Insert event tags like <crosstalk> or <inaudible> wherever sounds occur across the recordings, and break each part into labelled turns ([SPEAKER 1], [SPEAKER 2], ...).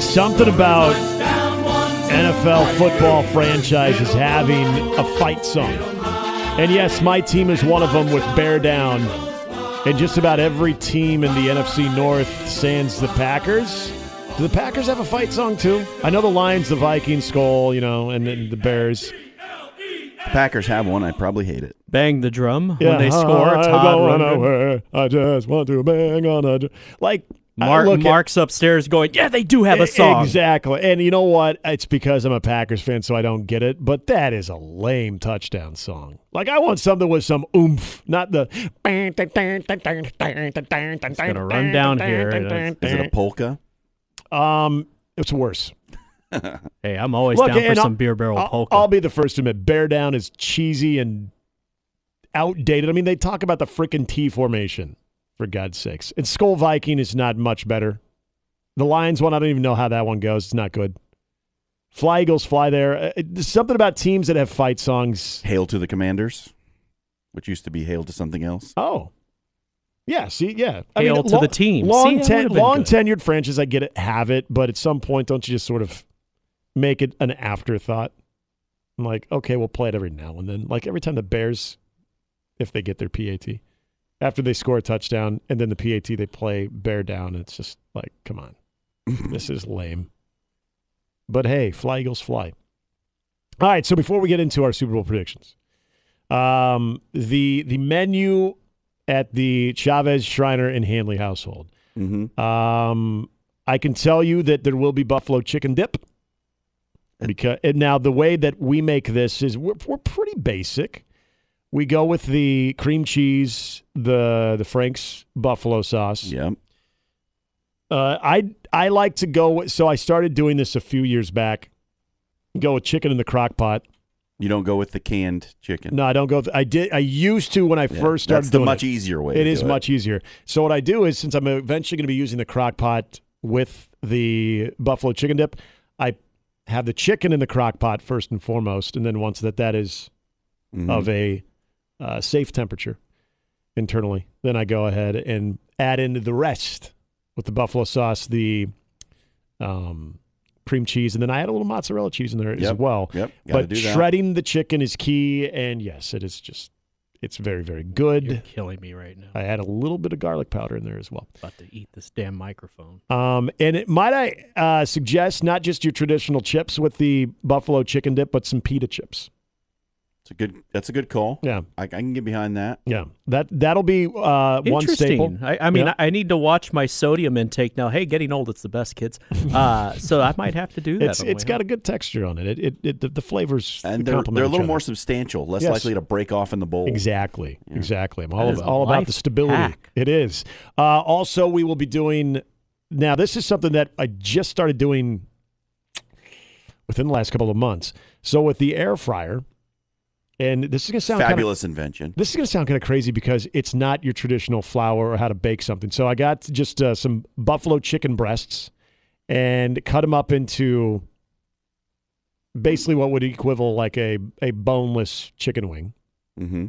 [SPEAKER 1] something about NFL football franchises having a fight song. And yes, my team is one of them with Bear Down. And just about every team in the NFC North sans the Packers. Do the Packers have a fight song too? I know the Lions, the Vikings, Skull, you know, and then the Bears.
[SPEAKER 2] Packers have one. I probably hate it.
[SPEAKER 3] Bang the drum when they score.
[SPEAKER 1] I,
[SPEAKER 3] Todd
[SPEAKER 1] don't wanna
[SPEAKER 3] Rundgren.
[SPEAKER 1] wear- I just want to bang on a. dr- Like, I
[SPEAKER 3] Mark,
[SPEAKER 1] look at-
[SPEAKER 3] Mark's upstairs going, yeah, they do have a song.
[SPEAKER 1] Exactly. And you know what? It's because I'm a Packers fan, so I don't get it. But that is a lame touchdown song. Like, I want something with some oomph, not the. It's going
[SPEAKER 3] gonna run down here.
[SPEAKER 2] Is it a polka?
[SPEAKER 1] Um, it's worse.
[SPEAKER 3] Hey, I'm always down for
[SPEAKER 1] and I'll-
[SPEAKER 3] some beer barrel
[SPEAKER 1] I'll,
[SPEAKER 3] polka.
[SPEAKER 1] I'll be the first to admit, Bear Down is cheesy and outdated. I mean, they talk about the freaking T formation, for God's sakes. And Skull Viking is not much better. The Lions one, I don't even know how that one goes. It's not good. Fly Eagles Fly there. Uh, it- there's something about teams that have fight songs.
[SPEAKER 2] Hail to the Commanders, which used to be hail to something else.
[SPEAKER 1] Oh. Yeah, see, yeah.
[SPEAKER 3] Hail to the team. See,
[SPEAKER 1] Long,
[SPEAKER 3] that
[SPEAKER 1] ten,
[SPEAKER 3] would've been
[SPEAKER 1] long
[SPEAKER 3] good.
[SPEAKER 1] tenured franchise, I get it, have it, but at some point, don't you just sort of make it an afterthought? I'm like, okay, we'll play it every now and then. Like every time the Bears, if they get their PAT, after they score a touchdown and then the PAT, they play Bear Down. It's just like, come
[SPEAKER 3] <laughs>
[SPEAKER 1] on, this is lame. But hey, fly Eagles fly. All right, so before we get into our Super Bowl predictions, um, the the menu at the Chavez Shriner and Hanley household.
[SPEAKER 2] Mm-hmm.
[SPEAKER 1] Um, I can tell you that there will be buffalo chicken dip. Because and now the way that we make this is we're, we're pretty basic. We go with the cream cheese, the the Frank's buffalo sauce.
[SPEAKER 2] Yep.
[SPEAKER 1] Uh, I I like to go. with- So I started doing this a few years back. Go with chicken in the crock pot.
[SPEAKER 2] You don't go with the canned chicken.
[SPEAKER 1] No, I don't go. With, I did. I used to when I
[SPEAKER 2] Yeah,
[SPEAKER 1] first started
[SPEAKER 2] That's the
[SPEAKER 1] doing
[SPEAKER 2] much
[SPEAKER 1] it.
[SPEAKER 2] easier way.
[SPEAKER 1] It
[SPEAKER 2] to
[SPEAKER 1] is
[SPEAKER 2] do
[SPEAKER 1] much easier. So what I do is since I'm eventually going to be using the crock pot with the buffalo chicken dip, I have the chicken in the crock pot first and foremost, and then once that that is
[SPEAKER 2] Mhm.
[SPEAKER 1] of a uh, safe temperature internally, then I go ahead and add in the rest with the buffalo sauce, the um, cream cheese, and then I add a little mozzarella cheese in there as
[SPEAKER 2] Yep.
[SPEAKER 1] well.
[SPEAKER 2] Yep. Gotta
[SPEAKER 1] But
[SPEAKER 2] do that.
[SPEAKER 1] shredding the chicken is key, and yes, it is just it's very very good.
[SPEAKER 3] You're killing me right now.
[SPEAKER 1] I add a little bit of garlic powder in there as well.
[SPEAKER 3] about to eat this damn microphone.
[SPEAKER 1] Um, and it, might I uh, suggest not just your traditional chips with the buffalo chicken dip, but some pita chips.
[SPEAKER 2] It's a good. That's a good call.
[SPEAKER 1] Yeah,
[SPEAKER 2] I, I can get behind that.
[SPEAKER 1] yeah. That that'll be uh, one staple.
[SPEAKER 3] Interesting. I, I mean,
[SPEAKER 1] Yeah.
[SPEAKER 3] I, I need to watch my sodium intake now. Hey, getting old, it's the
[SPEAKER 1] <laughs>
[SPEAKER 3] best, kids. Uh, so I might have to do that.
[SPEAKER 1] It's it's got a good texture on it. It it, it the, the flavors
[SPEAKER 2] And they're,
[SPEAKER 1] complement
[SPEAKER 2] they're a
[SPEAKER 1] each
[SPEAKER 2] little
[SPEAKER 1] other.
[SPEAKER 2] more substantial, less
[SPEAKER 1] Yes.
[SPEAKER 2] likely to break off in the bowl.
[SPEAKER 1] Exactly. Exactly. I'm
[SPEAKER 3] That
[SPEAKER 1] all,
[SPEAKER 3] is a
[SPEAKER 1] all about the
[SPEAKER 3] life
[SPEAKER 1] stability.
[SPEAKER 3] hack.
[SPEAKER 1] It is. Uh, also, we will be doing now. This is something that I just started doing within the last couple of months. So with the air fryer, and this is gonna sound kind of
[SPEAKER 2] Fabulous invention.
[SPEAKER 1] This is going to sound kind of crazy because it's not your traditional flour or how to bake something. So I got just uh, some buffalo chicken breasts and cut them up into basically what would equivalent like a, a boneless chicken wing.
[SPEAKER 2] Mm-hmm.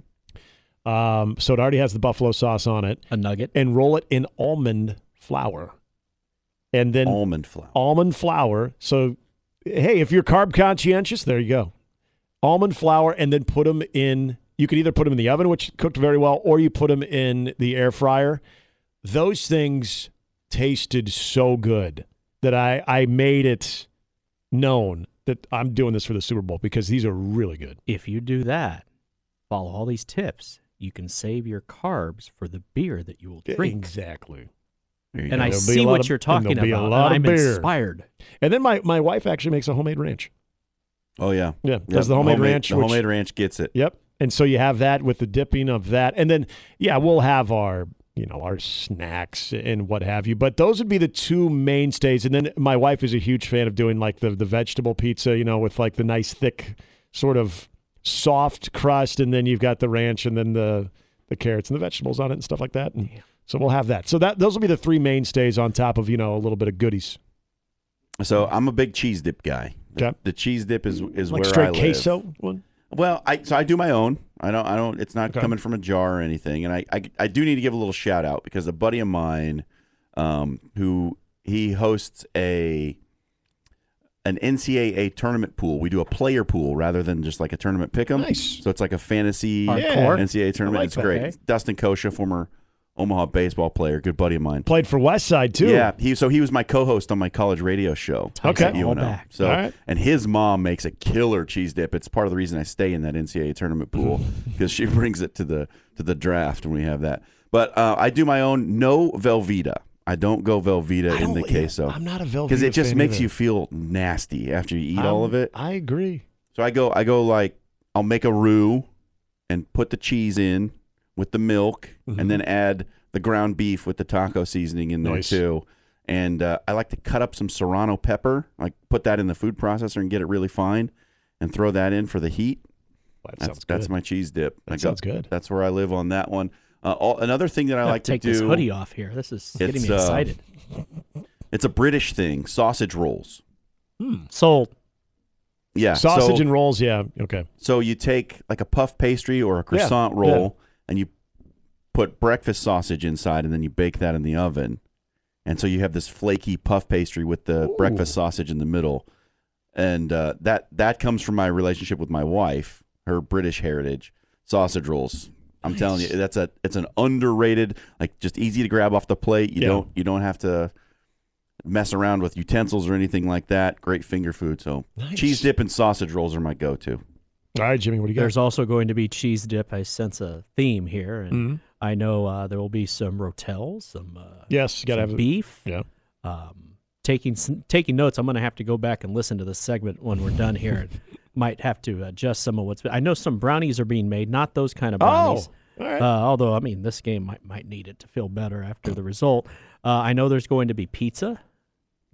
[SPEAKER 1] Um, so it already has the buffalo sauce on it
[SPEAKER 3] a nugget.
[SPEAKER 1] and roll it in almond flour. And then
[SPEAKER 2] Almond flour.
[SPEAKER 1] almond flour. So, hey, if you're carb conscientious, there you go. Almond flour, and then put them in. You could either put them in the oven, which cooked very well, or you put them in the air fryer. Those things tasted so good that I I made it known that I'm doing this for the Super Bowl because these are really good.
[SPEAKER 3] If you do that, follow all these tips, you can save your carbs for the beer that you will drink.
[SPEAKER 1] Exactly.
[SPEAKER 2] There you
[SPEAKER 3] And
[SPEAKER 2] go.
[SPEAKER 3] I
[SPEAKER 1] There'll be a
[SPEAKER 3] see
[SPEAKER 1] lot
[SPEAKER 3] what
[SPEAKER 1] of-
[SPEAKER 3] you're
[SPEAKER 1] and there'll
[SPEAKER 3] talking
[SPEAKER 1] be a
[SPEAKER 3] about.
[SPEAKER 1] lot of
[SPEAKER 3] and I'm
[SPEAKER 1] beer.
[SPEAKER 3] inspired.
[SPEAKER 1] And then my my wife actually makes a homemade ranch.
[SPEAKER 2] oh yeah.
[SPEAKER 1] Yeah, does the homemade ranch,
[SPEAKER 2] The
[SPEAKER 1] which-
[SPEAKER 2] homemade ranch gets it.
[SPEAKER 1] Yep. And so you have that with the dipping of that. And then yeah, we'll have our you know, our snacks and what have you. But those would be the two mainstays. And then my wife is a huge fan of doing like the the vegetable pizza, you know, with like the nice thick sort of soft crust and then you've got the ranch and then the the carrots and the vegetables on it and stuff like that. And so we'll have that. So that those will be the three mainstays on top of, you know, a little bit of goodies.
[SPEAKER 2] So I'm a big cheese dip guy. The-
[SPEAKER 1] Okay.
[SPEAKER 2] The cheese dip is is
[SPEAKER 1] Like
[SPEAKER 2] where I
[SPEAKER 1] straight
[SPEAKER 2] live.
[SPEAKER 1] queso one.
[SPEAKER 2] Well, I so I do my own. I don't. I don't. It's not
[SPEAKER 1] Okay.
[SPEAKER 2] coming from a jar or anything. And I, I I do need to give a little shout out because a buddy of mine, um, who he hosts a an NCAA tournament pool. We do a player pool rather than just like a tournament pick 'em.
[SPEAKER 1] Nice.
[SPEAKER 2] So it's like a fantasy
[SPEAKER 1] Hardcore.
[SPEAKER 2] NCAA tournament.
[SPEAKER 1] like
[SPEAKER 2] it's
[SPEAKER 1] that. eh?
[SPEAKER 2] great.
[SPEAKER 3] Okay.
[SPEAKER 2] Dustin Kosha, former Omaha baseball player, good buddy of mine.
[SPEAKER 1] Played for Westside too.
[SPEAKER 2] Yeah, he so he was my co-host on my college radio show.
[SPEAKER 1] Okay.
[SPEAKER 2] at
[SPEAKER 1] All
[SPEAKER 2] UNO.
[SPEAKER 3] back.
[SPEAKER 2] So
[SPEAKER 1] All right.
[SPEAKER 2] and his mom makes a killer cheese dip. It's part of the reason I stay in that NCAA tournament
[SPEAKER 1] <laughs>
[SPEAKER 2] pool because she brings it to the to the draft when we have that. But uh, I do my own no Velveeta. I don't go Velveeta
[SPEAKER 1] I
[SPEAKER 2] in
[SPEAKER 1] don't-
[SPEAKER 2] the
[SPEAKER 1] yeah,
[SPEAKER 2] queso
[SPEAKER 1] I'm not a Velveeta
[SPEAKER 2] because it just
[SPEAKER 1] fan
[SPEAKER 2] makes
[SPEAKER 1] either.
[SPEAKER 2] you feel nasty after you eat all
[SPEAKER 1] I'm-
[SPEAKER 2] of it.
[SPEAKER 1] I agree.
[SPEAKER 2] So I go I go like I'll make a roux and put the cheese in with the milk
[SPEAKER 1] Mhm.
[SPEAKER 2] and then add the ground beef with the taco seasoning in there
[SPEAKER 1] Nice.
[SPEAKER 2] too. And uh, I like to cut up some serrano pepper, like put that in the food processor and get it really fine and throw that in for the heat.
[SPEAKER 1] That
[SPEAKER 2] That's
[SPEAKER 1] sounds
[SPEAKER 2] that's
[SPEAKER 1] good.
[SPEAKER 2] my cheese dip.
[SPEAKER 1] That
[SPEAKER 2] I go-
[SPEAKER 1] sounds good.
[SPEAKER 2] That's where I live on that one. Uh, all, another thing that I
[SPEAKER 3] Gotta
[SPEAKER 2] like
[SPEAKER 3] take
[SPEAKER 2] to do
[SPEAKER 3] this hoodie off here. This is getting
[SPEAKER 2] It's,
[SPEAKER 3] me
[SPEAKER 2] uh,
[SPEAKER 3] excited.
[SPEAKER 2] it's a British thing, sausage rolls.
[SPEAKER 3] Hmm. Sold.
[SPEAKER 2] Yeah.
[SPEAKER 1] Sausage
[SPEAKER 2] so-
[SPEAKER 1] and rolls. Yeah. Okay.
[SPEAKER 2] So you take like a puff pastry or a croissant roll and you put breakfast sausage inside and then you bake that in the oven. And so you have this flaky puff pastry with the
[SPEAKER 1] Ooh.
[SPEAKER 2] breakfast sausage in the middle. And uh, that that comes from my relationship with my wife, her British heritage, sausage rolls. I'm telling you,
[SPEAKER 3] Nice.
[SPEAKER 2] that's a it's an underrated, like just easy to grab off the plate. You
[SPEAKER 1] Yeah.
[SPEAKER 2] don't you don't have to mess around with utensils or anything like that. Great finger food. So
[SPEAKER 1] Nice.
[SPEAKER 2] cheese dip and sausage rolls are my go-to.
[SPEAKER 1] All right, Jimmy. What do you got?
[SPEAKER 3] There's also going to be cheese dip. I sense a theme here, and
[SPEAKER 1] Mhm.
[SPEAKER 3] I know uh, there will be some rotels, some uh,
[SPEAKER 1] Yes. You gotta
[SPEAKER 3] some
[SPEAKER 1] have.
[SPEAKER 3] beef.
[SPEAKER 1] Yeah.
[SPEAKER 3] Um, taking some, taking notes, I'm going to have to go back and listen to this segment when we're done here. and might have to adjust some of what's. I know some brownies are being made, not those kind of brownies.
[SPEAKER 1] Oh. All right.
[SPEAKER 3] Uh, although I mean, this game might might need it to feel better after the result. Uh, I know there's going to be pizza.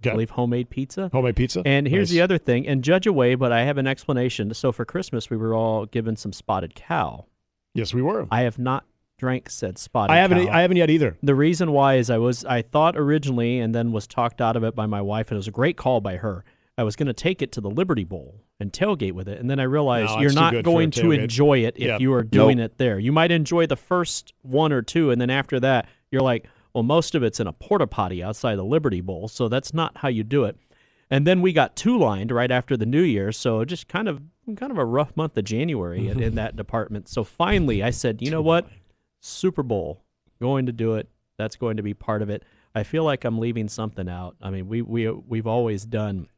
[SPEAKER 3] I
[SPEAKER 1] Okay.
[SPEAKER 3] believe homemade pizza.
[SPEAKER 1] Homemade pizza.
[SPEAKER 3] And here's the
[SPEAKER 1] Nice.
[SPEAKER 3] other thing, and judge away, but I have an explanation. So for Christmas, we were all given some spotted cow.
[SPEAKER 1] Yes, we were.
[SPEAKER 3] I have not drank said spotted
[SPEAKER 1] I haven't. e-
[SPEAKER 3] cow.
[SPEAKER 1] I haven't yet either.
[SPEAKER 3] the reason why is I was I thought originally and then was talked out of it by my wife, and it was a great call by her. I was going to take it to the Liberty Bowl and tailgate with it, and then I realized
[SPEAKER 1] No,
[SPEAKER 3] you're
[SPEAKER 1] it's too
[SPEAKER 3] not
[SPEAKER 1] good for a
[SPEAKER 3] going to
[SPEAKER 1] tailgate.
[SPEAKER 3] enjoy it if
[SPEAKER 1] Yeah.
[SPEAKER 3] you are doing it there. You might enjoy the first one or two, and then after that, you're like, well, most of it's in a porta potty outside the Liberty Bowl, so that's not how you do it. And then we got two lined right after the New Year, so just kind of kind of a rough month of January in, in that department. So finally, I said, you know what? Super Bowl. Going to do it. That's going to be part of it. I feel like I'm leaving something out. I mean, we we we've always done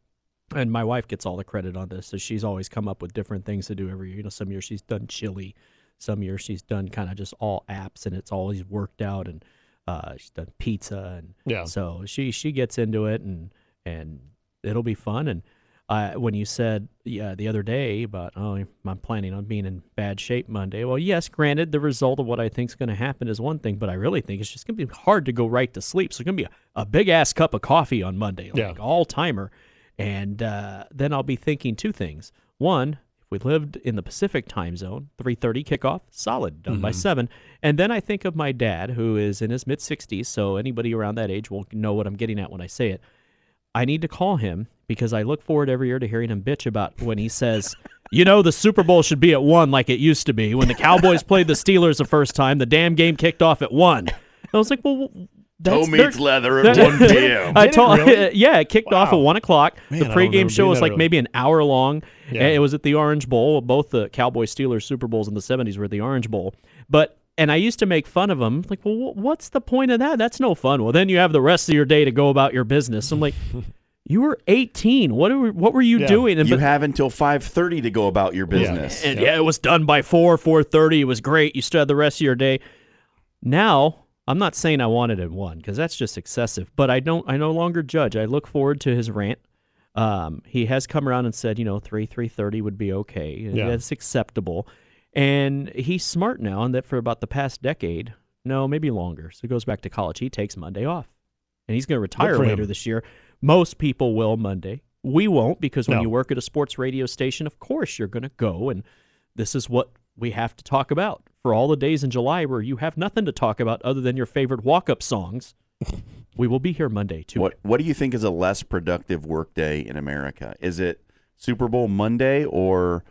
[SPEAKER 3] and my wife gets all the credit on this, so she's always come up with different things to do every year. You know, some years she's done chili, some years she's done kind of just all apps and it's always worked out and uh, she's done pizza and
[SPEAKER 1] Yeah.
[SPEAKER 3] so she she gets into it and and it'll be fun. And uh, when you said yeah the other day about oh I'm planning on being in bad shape Monday, well yes, granted the result of what I think's going to happen is one thing, but I really think it's just going to be hard to go right to sleep. So it's going to be a, a big ass cup of coffee on Monday, like
[SPEAKER 1] Yeah.
[SPEAKER 3] all timer, and uh, then I'll be thinking two things. One. if We lived in the Pacific time zone, 3:30 kickoff, solid, done by 7. And then I think of my dad who is in his mid 60s, so anybody around that age will know what I'm getting at when I say it. I need to call him because I look forward every year to hearing him bitch about when he says, you know, the Super Bowl should be at one like it used to be. When the Cowboys played the Steelers the first time, the damn game kicked off at one. And I was like, well, that's
[SPEAKER 2] Toe meets
[SPEAKER 3] they're-
[SPEAKER 2] leather at
[SPEAKER 3] <laughs>
[SPEAKER 2] 1 p.m.
[SPEAKER 3] I
[SPEAKER 1] Did it
[SPEAKER 3] told,
[SPEAKER 1] really?
[SPEAKER 3] <laughs> yeah, it kicked off at
[SPEAKER 1] Wow.
[SPEAKER 3] one o'clock.
[SPEAKER 1] Man, I
[SPEAKER 3] the
[SPEAKER 1] don't
[SPEAKER 3] pregame
[SPEAKER 1] remember
[SPEAKER 3] show
[SPEAKER 1] being
[SPEAKER 3] was
[SPEAKER 1] that
[SPEAKER 3] like
[SPEAKER 1] early.
[SPEAKER 3] maybe an hour long.
[SPEAKER 1] Yeah.
[SPEAKER 3] And it was at the Orange Bowl. Both the Cowboys Steelers Super Bowls in the '70s were at the Orange Bowl. But and I used to make fun of them, like, well, wh- what's the point of that? That's no fun. Well, then you have the rest of your day to go about your business. I'm like, you were 18. What were, what were you
[SPEAKER 1] Yeah.
[SPEAKER 3] doing? And
[SPEAKER 2] you
[SPEAKER 3] but-
[SPEAKER 2] have until 5.30 to go about your business
[SPEAKER 3] and yeah, it was done by four, four thirty. It was great. You still had the rest of your day. Now, I'm not saying I wanted it one because that's just excessive. But I don't. I no longer judge. I look forward to his rant. Um, he has come around and said, you know, three, three thirty would be okay.
[SPEAKER 1] Yeah.
[SPEAKER 3] That's acceptable. And he's smart now, and that for about the past decade, no, maybe longer. So he goes back to college. He takes Monday off, and he's going to retire
[SPEAKER 1] for him.
[SPEAKER 3] later this year. Most people will Monday. We won't because when
[SPEAKER 1] No.
[SPEAKER 3] you work at a sports radio station, of course you're going to go and this is what we have to talk about for all the days in July where you have nothing to talk about other than your favorite
[SPEAKER 1] <laughs>
[SPEAKER 3] walk-up songs. we will be here Monday too.
[SPEAKER 2] what, what do you think is a less productive workday in america is it super bowl monday or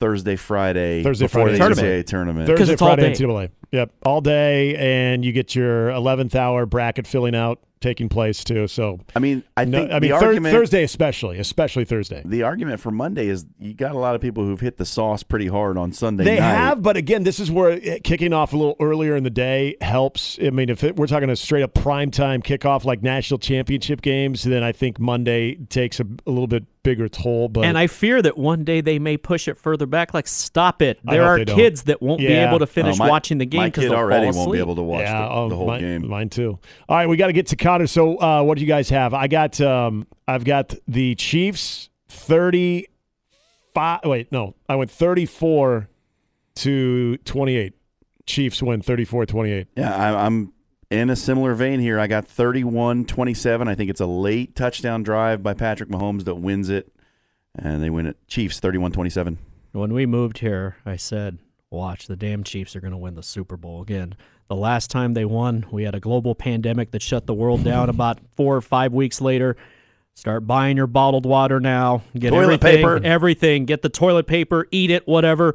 [SPEAKER 2] thursday friday
[SPEAKER 1] Thursday,
[SPEAKER 2] before
[SPEAKER 1] Friday.
[SPEAKER 2] the
[SPEAKER 1] Tournament.
[SPEAKER 2] NCAA tournament
[SPEAKER 1] Thursday,
[SPEAKER 3] it's all
[SPEAKER 1] Friday,
[SPEAKER 3] day.
[SPEAKER 1] NCAA. Yep, all day, and you get your 11th hour bracket filling out, taking place too. So
[SPEAKER 2] I mean, I
[SPEAKER 1] no,
[SPEAKER 2] think
[SPEAKER 1] I mean
[SPEAKER 2] the
[SPEAKER 1] Thur-
[SPEAKER 2] argument
[SPEAKER 1] Thursday especially, especially Thursday.
[SPEAKER 2] the argument for Monday is you got a lot of people who've hit the sauce pretty hard on Sunday.
[SPEAKER 1] They
[SPEAKER 2] night.
[SPEAKER 1] have, but again, this is where it- kicking off a little earlier in the day helps. I mean, if it, we're talking a straight up prime time kickoff like national championship games, then I think Monday takes a, a little bit bigger toll. But
[SPEAKER 3] And I fear that one day they may push it further back. Like, stop it.
[SPEAKER 1] I
[SPEAKER 3] There
[SPEAKER 1] hope
[SPEAKER 3] are
[SPEAKER 1] they don't.
[SPEAKER 3] kids that won't be
[SPEAKER 1] Yeah.
[SPEAKER 3] able to
[SPEAKER 2] Oh,
[SPEAKER 3] finish
[SPEAKER 2] my-
[SPEAKER 3] watching the game
[SPEAKER 2] My
[SPEAKER 3] because
[SPEAKER 2] kid
[SPEAKER 3] they'll
[SPEAKER 2] already
[SPEAKER 3] fall
[SPEAKER 2] won't be
[SPEAKER 3] asleep.
[SPEAKER 2] able to watch the,
[SPEAKER 1] oh,
[SPEAKER 2] the whole
[SPEAKER 1] mine,
[SPEAKER 2] game.
[SPEAKER 1] Mine too. All right, we got to get to Cotter. So, uh, what do you guys have? I got, um, I've got the Chiefs thirty-five. Wait, no, I went thirty-four to twenty-eight. Chiefs win 34-28.
[SPEAKER 2] Yeah, I, I'm in a similar vein here. I got 31 27. I think it's a late touchdown drive by Patrick Mahomes that wins it. And they win it. Chiefs 31 27.
[SPEAKER 3] When we moved here, I said, watch, the damn Chiefs are going to win the Super Bowl again. The last time they won, we had a global pandemic that shut the world down about four or five weeks later. Start buying your bottled water now. Get
[SPEAKER 2] Toilet
[SPEAKER 3] everything,
[SPEAKER 2] paper.
[SPEAKER 3] Everything. Get the toilet paper, eat it, whatever,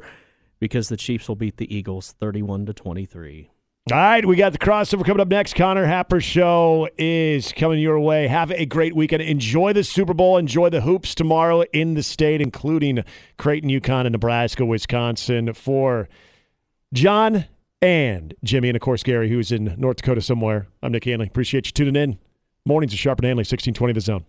[SPEAKER 3] because the Chiefs will beat the Eagles 31 to 23.
[SPEAKER 1] All right, we got the crossover coming up next. Connor Happer show is coming your way. Have a great weekend. Enjoy the Super Bowl. Enjoy the hoops tomorrow in the state, including Creighton, Yukon, and Nebraska, Wisconsin. For John and Jimmy, and of course Gary, who's in North Dakota somewhere. I'm Nick Hanley. Appreciate you tuning in. Mornings at Sharp and Hanley, 1620 The Zone.